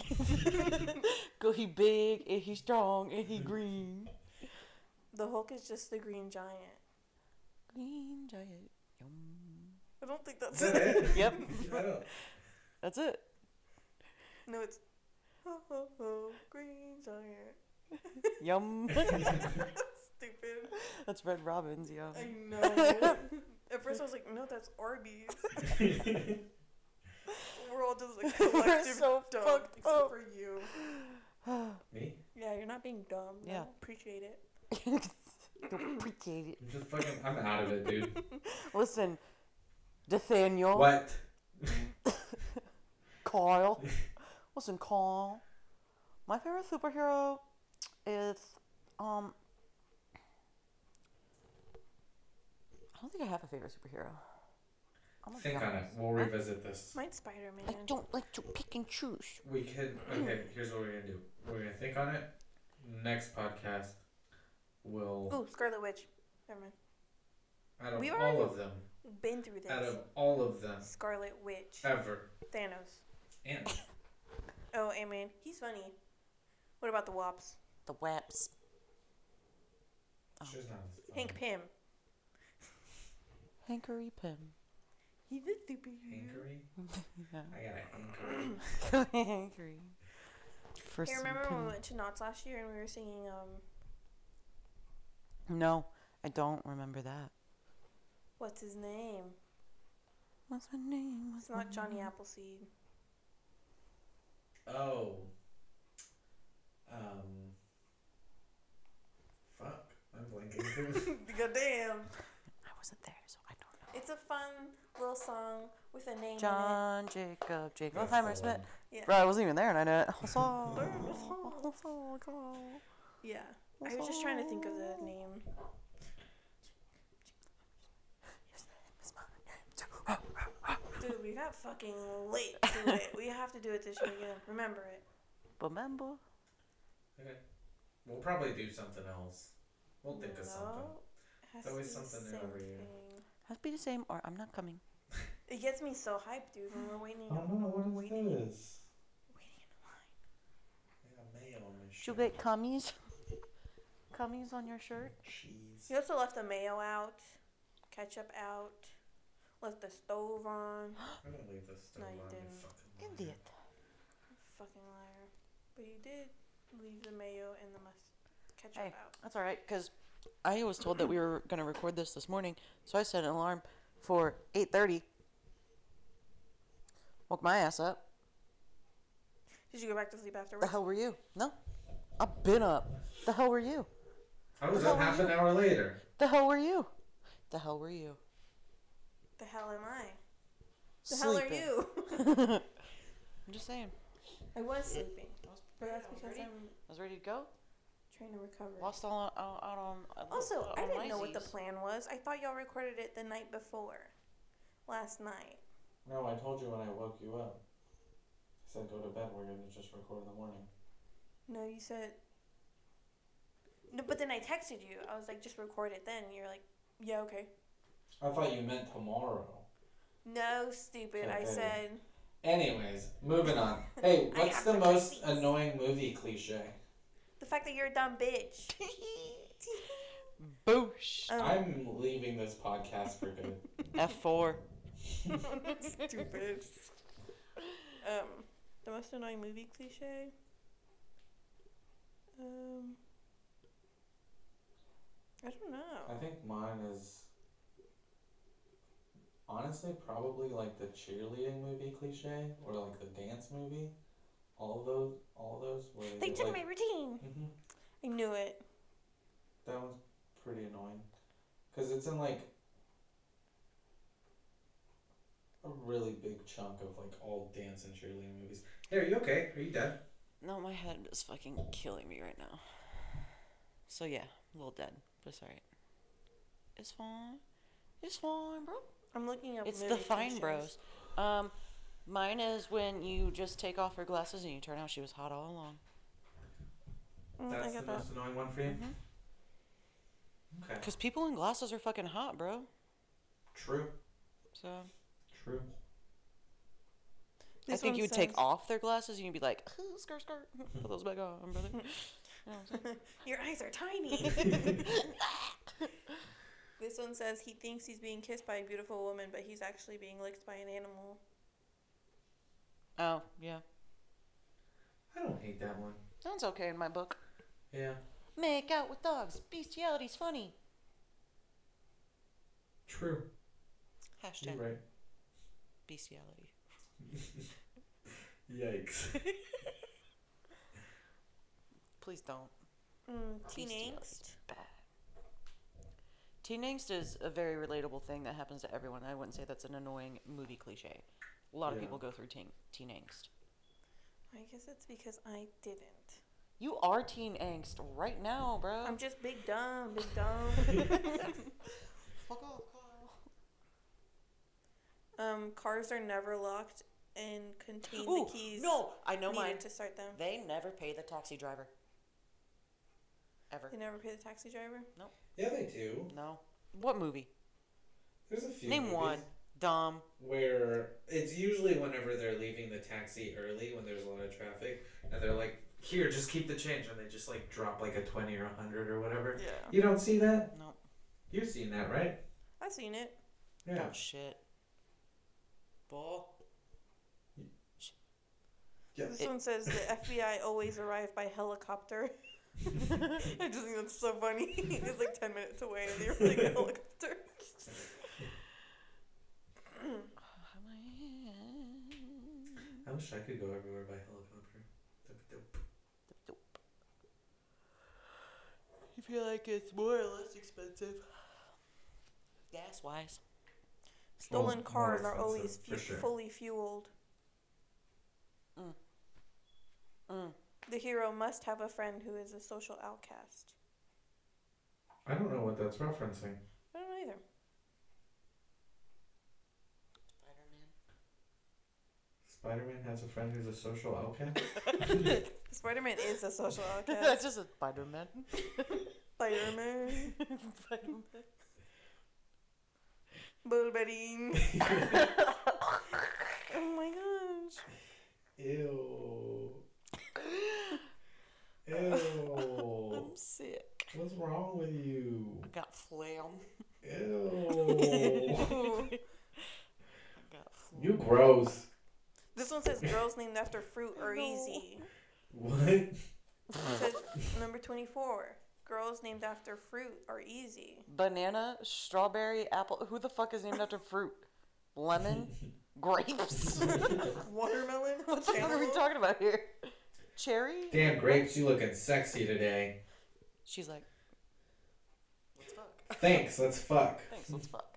Go. He big and he strong and he green. the Hulk is just the green giant. Green giant. Yum. I don't think that's Is that it? Yep. I don't. That's it. No, it's ho ho ho, green giant. Yum. Stupid. That's Red Robin's, yo. I know. At first, I was like, no, that's Arby's. We're all just like collective so dumb, fucked except up. for you. Me? Yeah, you're not being dumb. Yeah. I appreciate it. Don't appreciate it. I'm just fucking. I'm out of it, dude. Listen, Nathaniel. What? Kyle. Listen, Kyle. My favorite superhero is um. I don't think I have a favorite superhero. I'm gonna be Think on it. honest. We'll revisit this. Mine's Spider Man. I don't like to pick and choose. We could. Okay, here's what we're gonna do. We're gonna think on it. Next podcast, we'll. Ooh, Scarlet Witch. Never mind. Out of We've all already- of them, Been through this. out of all of them Scarlet Witch. ever, Thanos. and Oh, Ant Man. He's funny. What about the Wops? The webs. she's not. as fun. Hank Pym. Hankery Pym. He's a superhero. Hankery. Yeah. I got a hankery. Hankery. For Hey, some remember when we Pym. went to Knott's last year and we were singing um, No, I don't remember that. what's his name? What's my name? What's It's not Johnny Appleseed. Oh. Um. Fuck. I'm blanking. Goddamn. I wasn't there, so I don't know. It's a fun little song with a name in it. John Jacob That's Jacob the Smith. one. Yeah. Bro, I wasn't even there, and I know it. Also, Also, also, go. Yeah. I was just trying to think of the name. Dude, we got fucking late to it. We have to do it this year again. Remember it. Remember? okay. We'll probably do something else. We'll think of something. No, it has It's always to be the something new every same year. thing. Has to be the same, or I'm not coming. It gets me so hyped, dude, when we're waiting. Oh no! we're What is waiting, waiting this? in line. I got mail on my Did you shirt. get cummies? cummies on your shirt? Cheese. You also left the mayo out, ketchup out, left the stove on. I'm gonna leave this stove No, on. you You didn't. fucking liar. Idiot. Fucking liar. But you did leave the mayo and the must ketchup Hey, out. that's all right, because I was told that we were going to record this this morning, so I set an alarm for 8.30. Woke my ass up. Did you go back to sleep The afterwards? hell were you? No. I've been up. The hell were you? I was up half an hour later. The hell were you? The hell were you? The hell am I? The Sleeping. hell are you? I'm just saying. I was sleeping, I was, but that's because I'm ready to go. trying to recover. Lost all out, out, out on. out Also, on I didn't know what the Maisie's. plan was. I thought y'all recorded it the night before, last night. No, I told you when I woke you up. I said go to bed. We're gonna just record in the morning. No, you said. No, but then I texted you. I was like, just record it then. You're like, yeah, okay. I thought you meant tomorrow. No, stupid. I Okay. said, Anyways, moving on. Hey, I what's have the the most receipts. annoying movie cliche? the fact that you're a dumb bitch. Boosh. Um, I'm leaving this podcast for good. F4. stupid. Um, the most annoying movie cliche. Um, I don't I know. think mine is honestly probably like the cheerleading movie cliche or like the dance movie. All those, all those. Where They get, took my like, routine. Mhm. I knew it. That one's pretty annoying. Because it's in like a really big chunk of like all dance and cheerleading movies. Hey, are you okay? Are you dead? No, my head is fucking killing me right now. So yeah, a little dead, but it's alright. It's fine. It's fine, bro. I'm looking up. It's movie the fine cliches. bros. Um, mine is when you just take off her glasses and you turn out she was hot all along. Mm, I That's the got that. Mm-hmm. most annoying one for you? Mhm. Okay. Cause people in glasses are fucking hot, bro. True. So True. I This think one you would says- take off their glasses and you'd be like, "Ooh, skirt, skirt, put those back on, brother." You know what I'm saying? Your eyes are tiny. this one says he thinks he's being kissed by a beautiful woman, but he's actually being licked by an animal. oh yeah, I don't hate that one. sounds okay in my book. Yeah. Make out with dogs. Bestiality's funny. True. Hashtag right. bestiality. Yikes. Please don't. Mm, teen Bestiality. angst. Bad. Teen angst is a very relatable thing that happens to everyone. I wouldn't say that's an annoying movie cliche A lot of Yeah. people go through teen, teen angst. I guess it's because I didn't. You are teen angst right now, bro. I'm just big dumb, big dumb. Fuck off, Kyle. um, cars are never locked and contain Ooh, the keys. no, I know needed mine. to start them. They never pay the taxi driver. Ever. They never pay the taxi driver. Yeah, they do. No. What movie? There's a few. Name movies one. Dumb. Where it's usually whenever they're leaving the taxi early when there's a lot of traffic, and they're like, "Here, just keep the change," and they just like drop like a twenty or a hundred or whatever. Yeah. You don't see that? No. You've seen that, right? I've seen it. Yeah. Oh shit. Ball. This It- one says the FBI always arrive by helicopter. I just think that's so funny. it's like 10 minutes away and they were like a helicopter. I wish I could go everywhere by helicopter. That'd be dope. You feel like it's more or less expensive. Gas wise. Stolen more cars are expensive, always for fu- sure. fully fueled. Mm. Mm. The hero must have a friend who is a social outcast. I don't know what that's referencing. I don't know either. Spider Man. Spider-Man has a friend who's a social outcast. Spider Man is a social That's outcast. just a Spider Man. Spider Man. Bulbering. oh my gosh. Ew. Ew. I'm sick. What's wrong with you? I got flam. Ew. I got flam. you gross. This one says girls named after fruit are easy. What? It says number 24. Girls named after fruit are easy. Banana, strawberry, apple. Who the fuck is named after fruit? Lemon, grapes. Watermelon? What the fuck are we talking about here? Cherry? Damn grapes, you looking sexy today. She's like, let's fuck. Thanks, let's fuck. Thanks, let's fuck.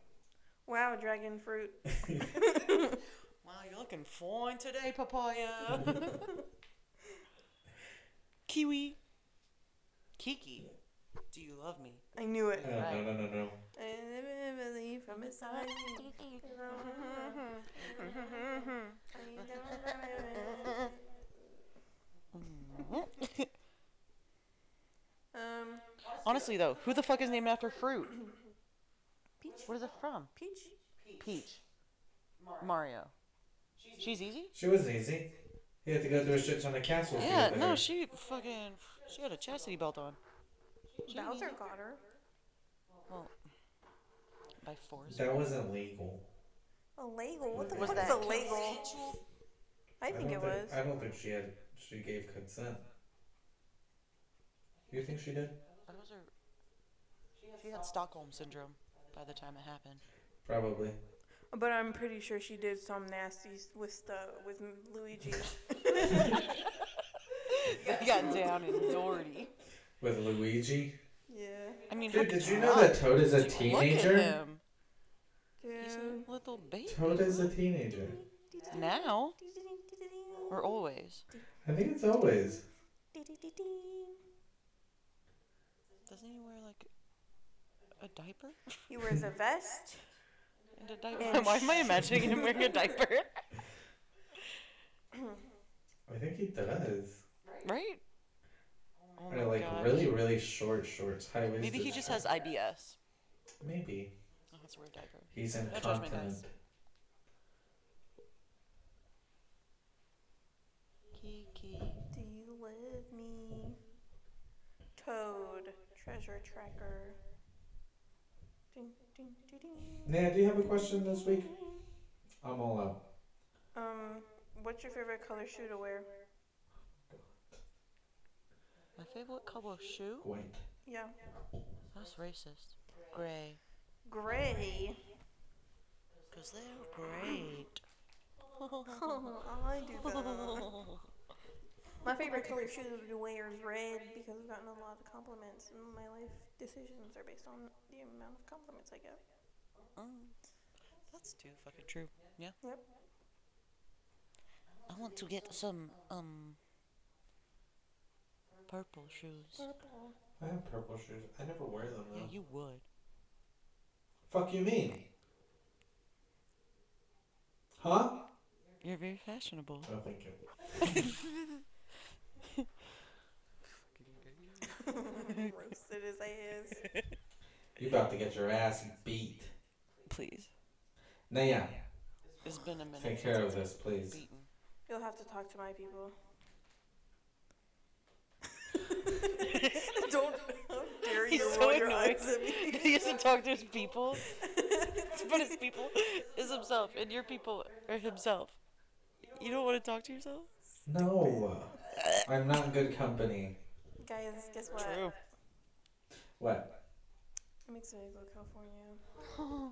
Wow, dragon fruit. Wow, you're looking fine today, papaya. Kiwi. Kiki, do you love me? I knew Oh, it. no, no, no, no. I never believe from a sign. Mm-hmm. Um, Honestly, though, who the fuck is named after fruit? Peach. Where is it from? peach. Peach. Mario. She's easy? She was easy. He had to go through a shit ton of castles. to Yeah, get no, there. she fucking. She had a chastity belt on. Bowser got her. By force. That wasn't legal. A Lego? What the Was fuck is a Lego? I don't think it was. I don't think she had. She gave consent. You think she did? That was her. She had Stockholm syndrome by the time it happened. Probably. But I'm pretty sure she did some nasties with the with Luigi. They got down in Doherty. With Luigi. yeah. I mean, how Dude, did could you you know not? that Toad is a Look at teenager? him. He's Yeah. a little baby. Toad is a teenager. Now or always? I think it's always. Doesn't he wear like a diaper? He wears a vest. And a diaper. Why am I imagining him wearing a diaper? I think he does. Right? Oh Or like gosh. really, really short shorts, high waisted. Maybe he just has IBS. Maybe Oh, that's a weird diaper. he's No judgment, guys. incontinent. Kiki. Do you love me? Toad, treasure tracker. Ding, ding, ding, ding. Nah, do you have a question this week? I'm all out. Um, what's your favorite color shoe to wear? My favorite color shoe? Wait. Yeah. That's racist. Gray. Gray. Because they're great. Um, Oh, I do that. My favorite color shoe to wear is red because I've gotten a lot of compliments, and my life decisions are based on the amount of compliments I get. Mm. That's too fucking true. Yeah. Yep. I want to get some um purple shoes. Purple. I have purple shoes. I never wear them Yeah, though. you would. Fuck you mean? Huh? You're very fashionable. Oh, thank you. Roasted as I is. You about to get your ass beat. Please. Naya, It's been a minute. take since care of I've this, been please. beaten. You'll have to talk to my people. Don't how dare you He's roll so your annoyed. eyes at me. he has to talk to his people. but his people is himself, and your people are himself. You don't want to talk to yourself? No, uh, I'm not good company. Guys, guess what? What? It makes me go California.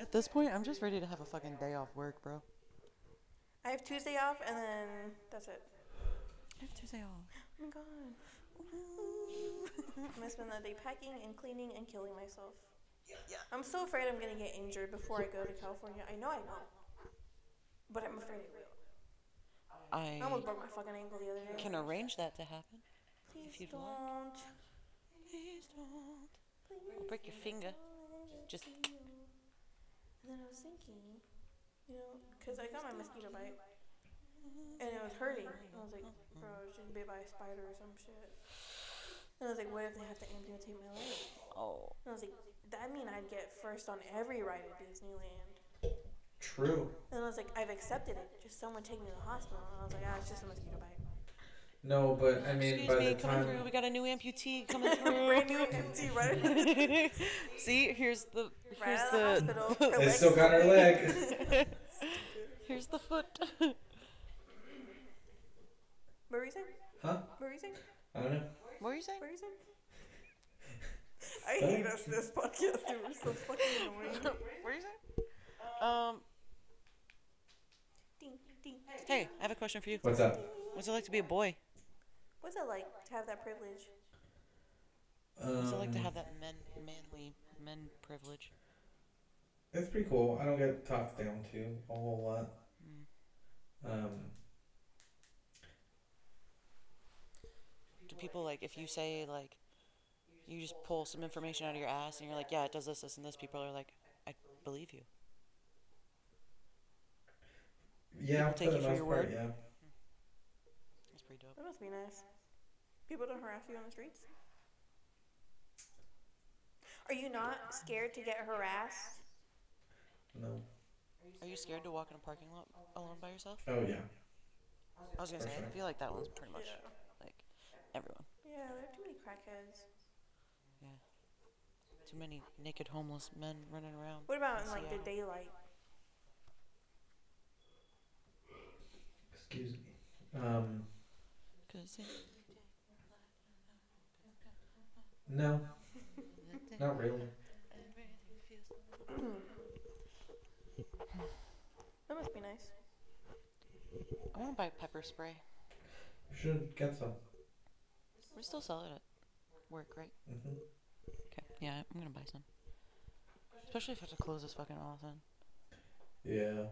At this point, I'm just ready to have a fucking day off work, bro. I have Tuesday off and then that's it. I have Tuesday off. Oh my god. I'm gonna spend that day packing and cleaning and killing myself. I'm so afraid I'm gonna get injured before I go to California. I know I won't. But I'm afraid I will. I almost I broke my fucking ankle the other day. can arrange that to happen. Please you'd don't. like. Please don't. I'll break your finger. Just And then I was thinking, you know, because I got my mosquito bite and it was hurting. I was like, bro, I was just bit by a spider or some shit. And I was like, what if they have to amputate my leg? oh. And I was like, that mean I'd get first on every ride at Disneyland. True. And I was like, I've accepted it. Just someone take me to the hospital. And I was like, ah, it's just a mosquito bite. No, but I mean, Excuse by me, the coming through. time We got a new amputee coming Brand through. new empty right at See, here's the the, right here's out of the the hospital. Her they leg's still got her leg. here's the foot. What were you saying? Huh? What were you saying? I don't know. what were you saying? What were you saying? I hate us this podcast. Dude. We're so fucking annoying. what were you saying? Um. Ding, ding. Hey, I have a question for you. What's up? What's it like to be a boy? What's it like to have that privilege? What's it like to Um, have that men manly men privilege? It's pretty cool. I don't get talked down to a whole lot. Hmm. Um, Do people like if you say like you just pull some information out of your ass and you're like, yeah, it does this, this, and this? People are like, I believe you. yeah, for People take the you for most your part, word? yeah. That's pretty dope. That must be nice. People don't harass you on the streets. Are you not scared to get harassed? No. Are you scared to walk in a parking lot alone by yourself? Oh yeah. I was gonna For say, I sure. feel like that one's pretty much Yeah. like everyone. Yeah, there are too many crackheads. Too many naked homeless men running around. What about in like the Seattle. daylight? Excuse me. Um, 'Cause it- no. Not really. That must be nice. I want to buy pepper spray. You should get some. We still sell it at work, right? hmm Okay. Yeah, I'm gonna buy some. Especially if I have to close this fucking office. Yeah.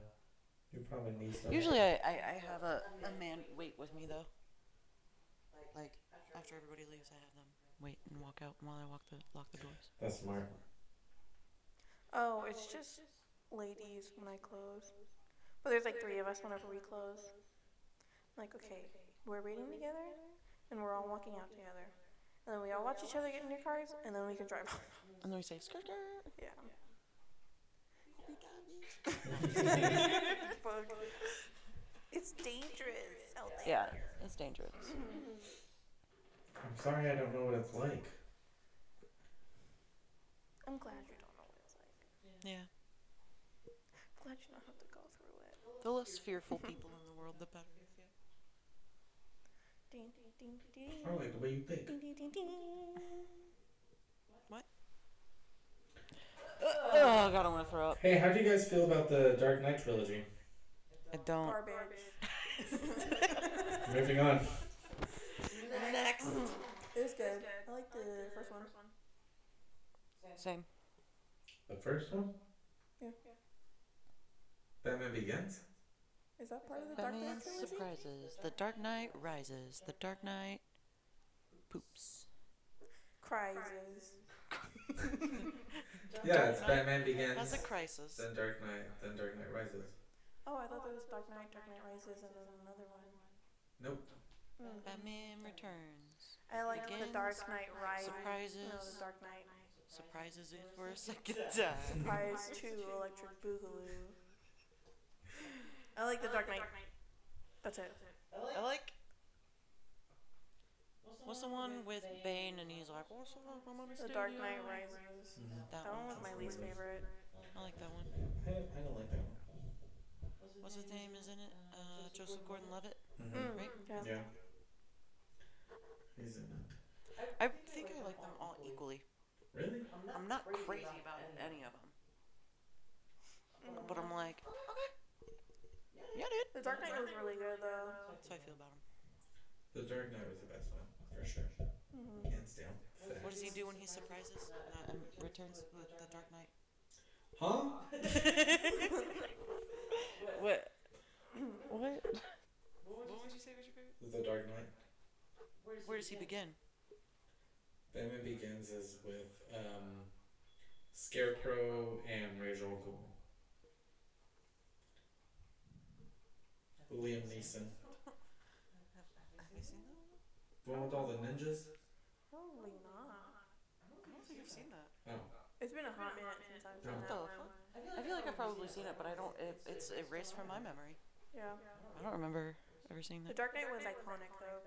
You probably need some. Usually, I, I, I have a, a man wait with me though. Like after everybody leaves, I have them wait and walk out while I walk the lock the doors. That's smart. Oh, it's just ladies when I close. But there's like three of us whenever we close. Like, okay, we're reading together and we're all walking out together. And then we all watch each other get in their cars and then we can drive off. And then we say skirt. skirt." Yeah. It's dangerous out there. Yeah, it's dangerous. I'm sorry I don't know what it's like. I'm glad you don't know what it's like. Yeah, I'm glad you don't have to go through it. the less fearful people in the world, the better. Ding, ding, ding, I like the way you think. ding, ding, ding, ding. Oh god, I want to throw up. Hey, how do you guys feel about the Dark Knight trilogy? I don't. Garbage. Moving on. It was good. I like the first one. Same. The first one? Yeah. Batman Begins? Is that part of the Dark Batman Knight trilogy? surprises. The Dark Knight rises. The Dark Knight poops. Crises. Yeah, it's Batman Begins. That's a crisis. Then Dark Knight. Then Dark Knight Rises. Oh, I thought there was Dark Knight, Dark Knight Rises, and then another one. Nope. Batman returns. I like the Begins. Dark Knight Rises. No, Surprises. the Dark Knight. Surprises it for a second time. Surprise 2, Electric Boogaloo. I like the Dark Knight. That's it. I like. What's the one with Bane and he's like, "What's up, I'm on The Dark Knight Rises. Mm-hmm. That That one one. was my least favorite. I like that one. I, I don't like that one. What's his name? Is in it? Uh, Joseph Gordon-Levitt. Mm-hmm. Mm, Right? yeah. Yeah. He's in I think I like them all equally. Really? I'm not crazy about any of them. But I'm like, okay. Yeah, dude. The Dark Knight was really good, though. That's how I feel about him. The Dark Knight was the best one for sure. Hands down. What does he do when he surprises? Uh, um, returns with the Dark Knight. Huh? What? What? What would you say was your favorite? The Dark Knight. Where does he begin? Batman Begins is with um, Scarecrow and Rachel Ghoul. Liam Neeson. Have you seen that? The one with all the ninjas? Probably not. I don't think I've seen that. Oh. It's been a hot minute since I've What seen that the one. I feel like I've probably seen it, but I don't. It, it's erased from my memory. Yeah. I don't remember ever seeing The that. Dark Knight was iconic, though.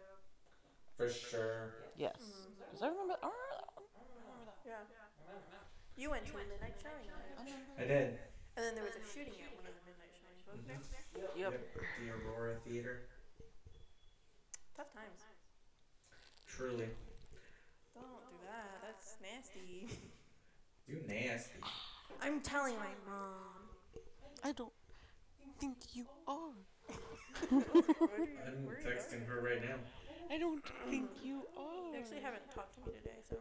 For sure. Yes. Because I remember. I remember that one. Yeah. You went to a midnight showing. right? I did. And then there was a shooting at one of the midnight showings, wasn't there? Yep. The Aurora Theater. Tough times. Truly. Don't do that. That's nasty. You nasty. I'm telling my mom. I don't think you are. I'm texting her right now. I don't think you are. They actually haven't talked to me today, so.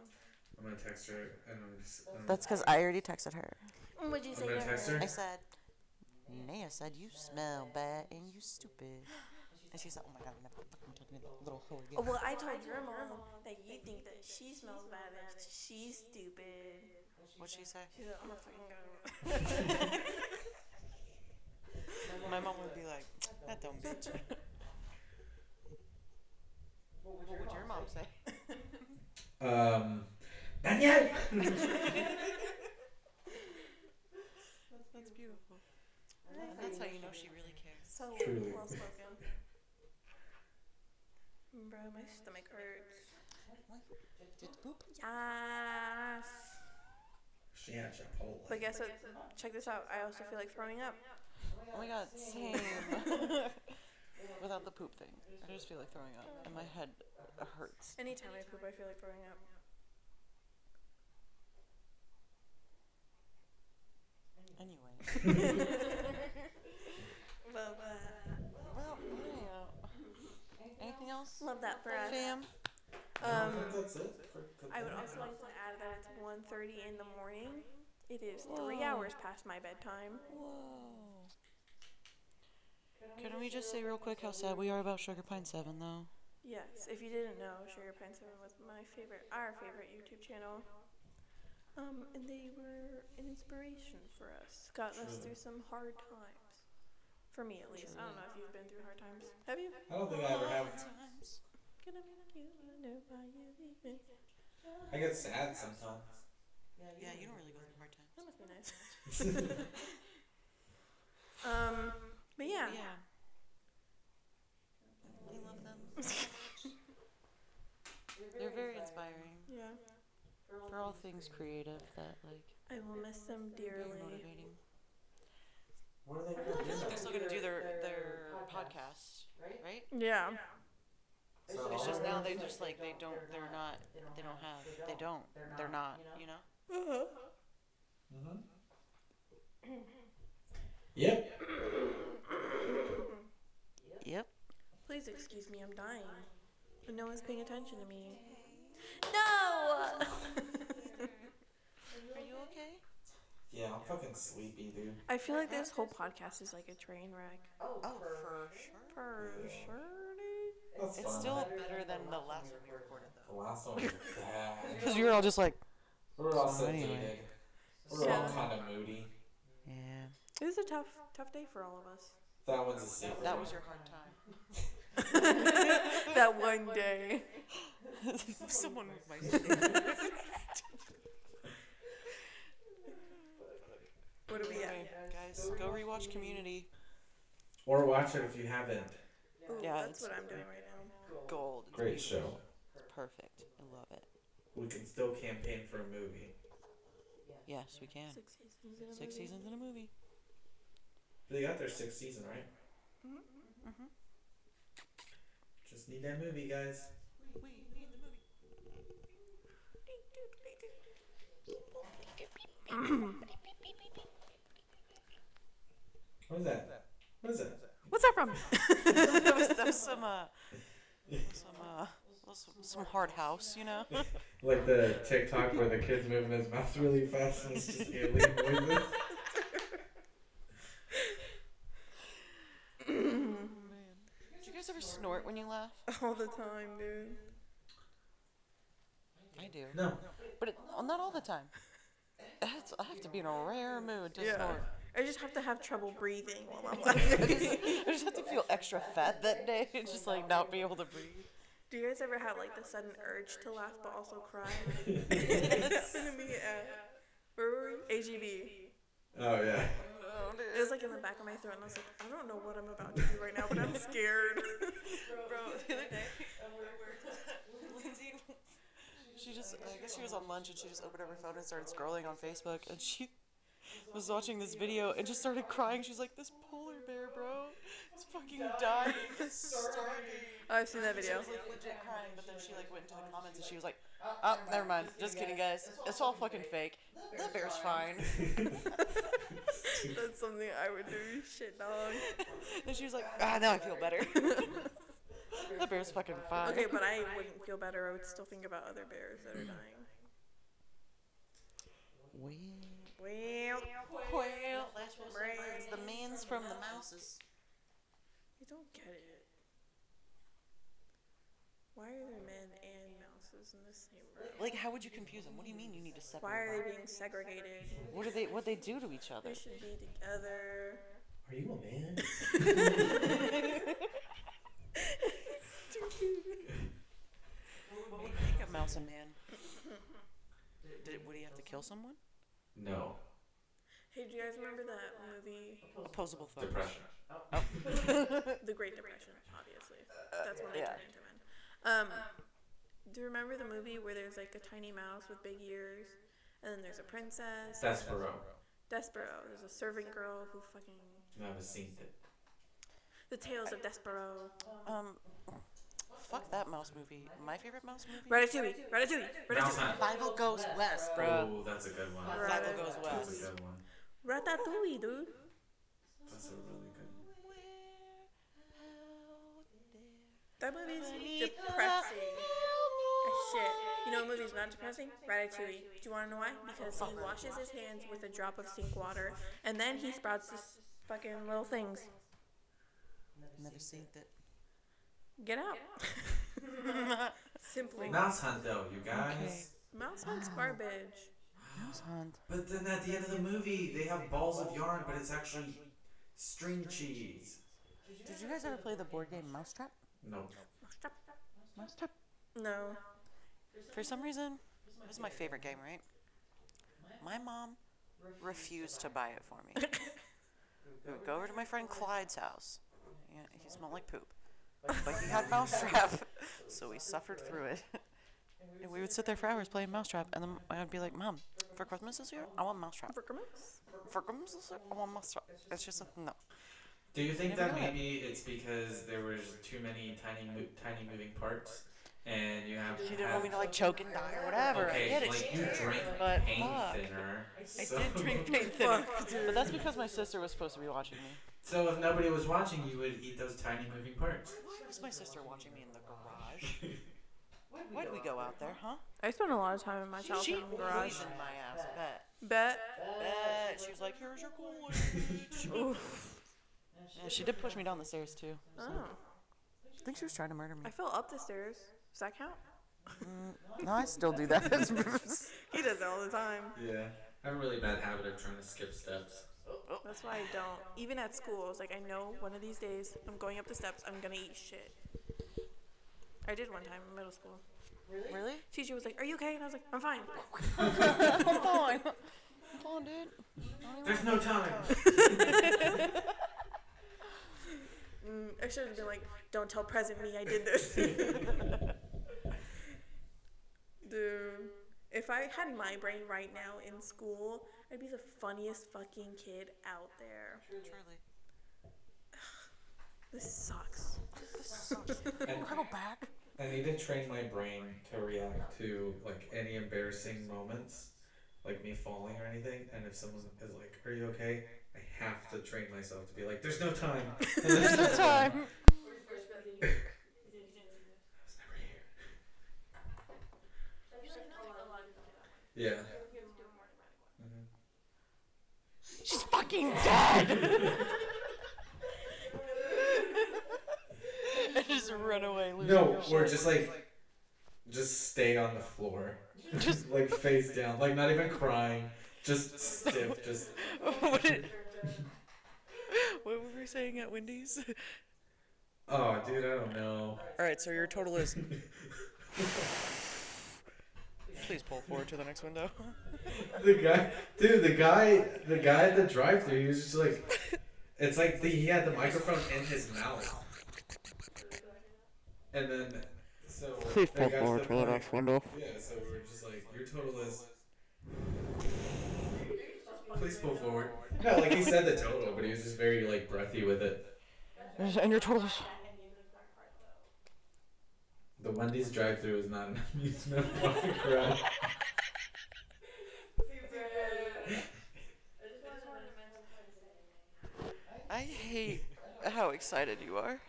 I'm gonna text her and I'm just. um, I'm, That's because I already texted her. What'd you I'm gonna text her. I said, Naya said, you smell bad and you stupid. And she said, oh my god, I'm never fucking talking to that little hoe again. Well, I told your mom that you think that she smells bad and that she's stupid. What'd she say? She's like, I'm gonna fucking go. My mom would be like, that dumb bitch. What would your mom say? Um. Daniel! That's beautiful. And that's how you know she really cares. So Truly. well spoken. Bro, my stomach hurts. Did the poop? Yes. She had Chipotle. But guess what? Check this out. I also feel like throwing up. Oh my god, same. Without the poop thing. I just feel like throwing up. And my head hurts. Anytime I poop, I feel like throwing up. Anyway. But, uh, Well, yeah. Anything else? love that for us. Fam? I Um, think that's it. for- I would also like to add that it's 1.30 in the morning. It is three hours past my bedtime. Whoa. Couldn't we just say real quick how sad we are about Sugar Pine 7, though? Yes, if you didn't know, Sugar Pine Seven was my favorite, our favorite YouTube channel. Um, and they were an inspiration for us. Got us through some hard times. For me, at least. I don't know if you've been through hard times. Have you? I don't think I ever have. Gonna make you wonder why you're leaving. I get sad sometimes. Yeah, you don't really go through hard times. That must be nice. um, but yeah. Yeah. We love them. They're very inspiring Yeah. for all things creative that, like, I will miss them very dearly. motivating. What are they I called? feel like they're still gonna do their, their podcast, right? Yeah. So It's just now they just like they don't they're not they don't have they don't they're not you know Uh-huh. Mm-hmm. Yep. yep Please excuse me, I'm dying. And no one's paying attention to me. No! are you okay Yeah, I'm fucking sleepy, dude. I feel like this whole podcast is like a train wreck. Oh, for sure. For sure, dude. That's It's fine. still better than the last one we recorded, though. The last one was bad. Because we were all just like, We're all So so anyway. dated. We're all Yeah. kind of moody. yeah. It was a tough, tough day for all of us. That one's a secret. That was your hard time. that one day. Someone moved my shit. What do we Anyway, guys, go rewatch Community. Or watch it if you haven't. Ooh, Yeah, that's it's- what I'm doing right now. Gold. It's Great beautiful. show. It's perfect. I love it. We can still campaign for a movie. Yes, we can. Six seasons in a Six movie. seasons in a movie. They got their sixth season, right? Just need that movie, guys. What is that? What is that? What's that from? that, was, that was some, uh, some, uh, some, some hard house, you know? Like the TikTok where the kid's moving his mouth really fast and it's just alien noises. Did you guys ever snort when you laugh? all the time, dude. I do. No. But it, well, not all the time. That's, I have to be in a rare mood to snort. I just have to have trouble breathing while I'm laughing. I just have to feel extra fat that day and just like not be able to breathe. Do you guys ever have like the sudden urge to laugh but also cry? it happened to me at where were we? AGB. Oh yeah. It was like in the back of my throat, and I was like, I don't know what I'm about to do right now, but I'm scared. Bro, the other day, Lindsay, she just, I guess she was on lunch and she just opened up her phone and started scrolling on Facebook and she was watching this video and just started crying. She's like, this polar bear, bro, it's fucking dying. It's starving. Oh, I've seen that She video. was like legit crying, but then she like went into the comments and she was like, oh, never mind. Just kidding, guys. It's all fucking fake. That bear's fine. That's something I would do. Shit, dog. And she was like, ah, now I feel better. that bear's fucking fine. Okay, but I wouldn't feel better. I would still think about other bears that are dying. Well, Well, that's what separates the men's from the mouses. you don't get it. Why are there men and mouses in the same room? Like, how would you confuse them? What do you mean you need to separate? Why are them? they being segregated? What do they? What they do to each other? They should be together. Are you a man? What would make a mouse a man? Did, would he have to kill someone? No. Hey, do you guys remember that movie, Opposable thumbs. Depression. The Great Depression? Obviously, that's when they yeah. turned into men. Um, do you remember the movie where there's like a tiny mouse with big ears, and then there's a princess? Despero. Despero. There's a servant girl who fucking. Never seen it. The Tales of Despero. Um, fuck that mouse movie. My favorite mouse movie. Ratatouille. Ratatouille. Mouse Ratatouille. Hunt. Five Goes West, bro. Oh, that's a good one. Five Goes That's a West. good one. Ratatouille, dude. That's a really good That movie's depressing. As shit. You know what movie's not depressing? Ratatouille. Do you want to know why? Because he washes his hands with a drop of sink water, and then he sprouts this fucking little things. Never seen that. Get out. Simply. one. Mouse Hunt though, you guys. Mouse Hunt's garbage. Mouse Hunt. But then at the end of the movie, they have balls of yarn, but it's actually string cheese. Did you guys ever play the board game Mousetrap? No. Mousetrap. No. For some reason, it was my favorite game, right? My mom refused to buy it for me. we would go over to my friend Clyde's house. Yeah, he smelled like poop. But he had Mousetrap, so we suffered through it. And we would sit there for hours playing Mousetrap, and then I'd be like, Mom, for Christmas this year, I want Mousetrap. For Christmas? For Christmas this year, I want Mousetrap. It's just like, no. Do you think Never that know that. maybe it's because there was too many tiny, mo- tiny moving parts, and you have She didn't want me to like choke and die or whatever. I okay, get it. like She you cared, drink but pain fuck. thinner. I so, did drink paint thinner. But that's because my sister was supposed to be watching me. So if nobody was watching, you would eat those tiny moving parts. Why was my sister watching me in the garage? Why'd we go out there, huh? I spent a lot of time in my childhood She in the garage. poisoned my ass. Bet. Bet. Bet. She was like, here's your coin. Oof. Yeah, she did push me down the stairs, too. Oh. I think she was trying to murder me. I fell up the stairs. Does that count? No, I still do that. He does that all the time. Yeah. I have a really bad habit of trying to skip steps. That's why I don't. Even at school, I was like, I know one of these days I'm going up the steps. I'm gonna eat shit. I did one time in middle school. really? Teacher was like, "Are you okay?" And I was like, "I'm fine." I'm falling. I'm falling, dude. There's no time. Mm, I should have been like, "Don't tell present me I did this." Dude, if I had my brain right now in school, I'd be the funniest fucking kid out there. Truly. This sucks. And, back. I need to train my brain to react to like any embarrassing moments, like me falling or anything. And if someone is like, "Are you okay?" I have to train myself to be like, "There's no time. There's no time." It's never here. Yeah. She's fucking dead. I just run away. Losing No, your or shit. just like, just stay on the floor, just like face down, like not even crying, just stiff, just. what, did- what were we saying at Wendy's? Oh, dude, I don't know. All right, so your total is. Please pull forward to the next window. The guy, dude, the guy, the guy at the drive-thru, he was just like, it's like the, he had the microphone in his mouth, and then so Please that pull got forward the to the point- next window. Yeah, so we we're just like, your total is. Please pull forward. No, like he said the total, but he was just very like breathy with it. And your total is. The Wendy's drive-thru is not an amusement park ride. I hate how excited you are.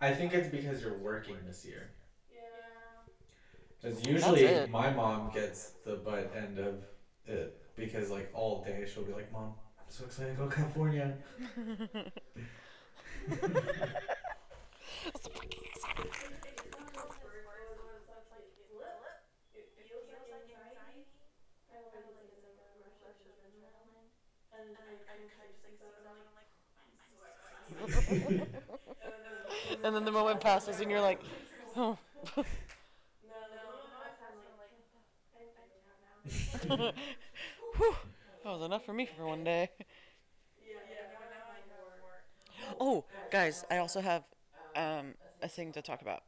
I think it's because you're working this year. Because usually it. my mom gets the butt end of it because like all day she'll be like, "Mom, I'm so excited to go to California." And then the moment passes, and you're like, oh. Whew, that was enough for me for one day. Oh, guys, I also have um, a thing to talk about.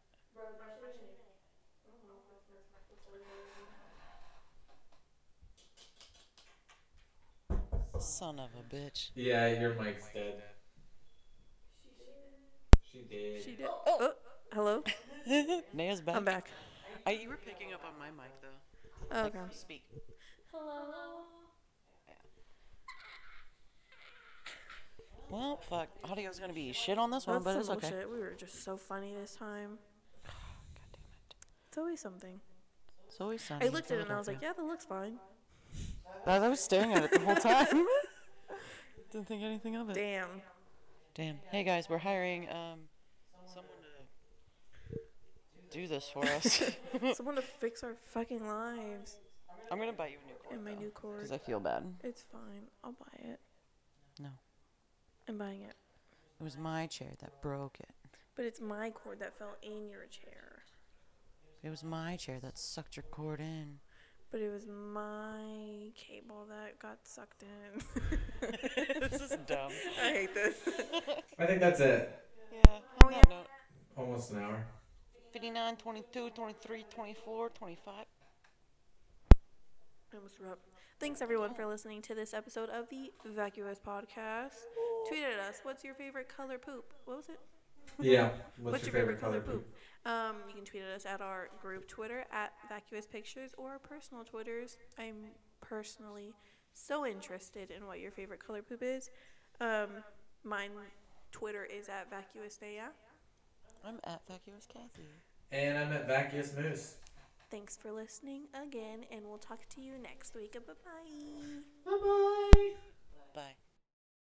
Son of a bitch. Yeah, your mic's dead. She did. She did. Oh, hello. Naya's back. I'm back. Oh, I, you were picking up on my mic, though. Okay. Speak. Hello. Well, fuck. Audio's gonna be shit on this one, Oh, That's some but it's okay. bullshit. We were just so funny this time. God damn it. It's always something. It's always sunny. I in looked at it and I was like, yeah, Philadelphia. that looks fine. I, I was staring at it the whole time. Didn't think anything of it. Damn. Damn. Hey guys, we're hiring um someone to do this for us. Someone to fix our fucking lives. I'm gonna buy you a new cord. And my new cord. Because I feel bad. It's fine. I'll buy it. No. I'm buying it. It was my chair that broke it. But it's my cord that fell in your chair. It was my chair that sucked your cord in. But it was my cable that got sucked in. this is dumb. I hate this. I think that's it. Yeah. Oh, On that note. Almost an hour. 59, 22, 23, 24, 25. I almost wrote. Thanks everyone for listening to this episode of the Vacuous Podcast. Tweet at us. What's your favorite color poop? What was it? Yeah. What's, your, favorite, color, poop? Um, you can tweet at us at our group Twitter at Vacuous Pictures or our personal Twitters. I'm personally so interested in what your favorite color poop is. Um, mine Twitter is at vacuousnaya. I'm at vacuous Kathy. And I'm at Vacuous Moose. Thanks for listening again, and we'll talk to you next week. Bye bye. Bye bye.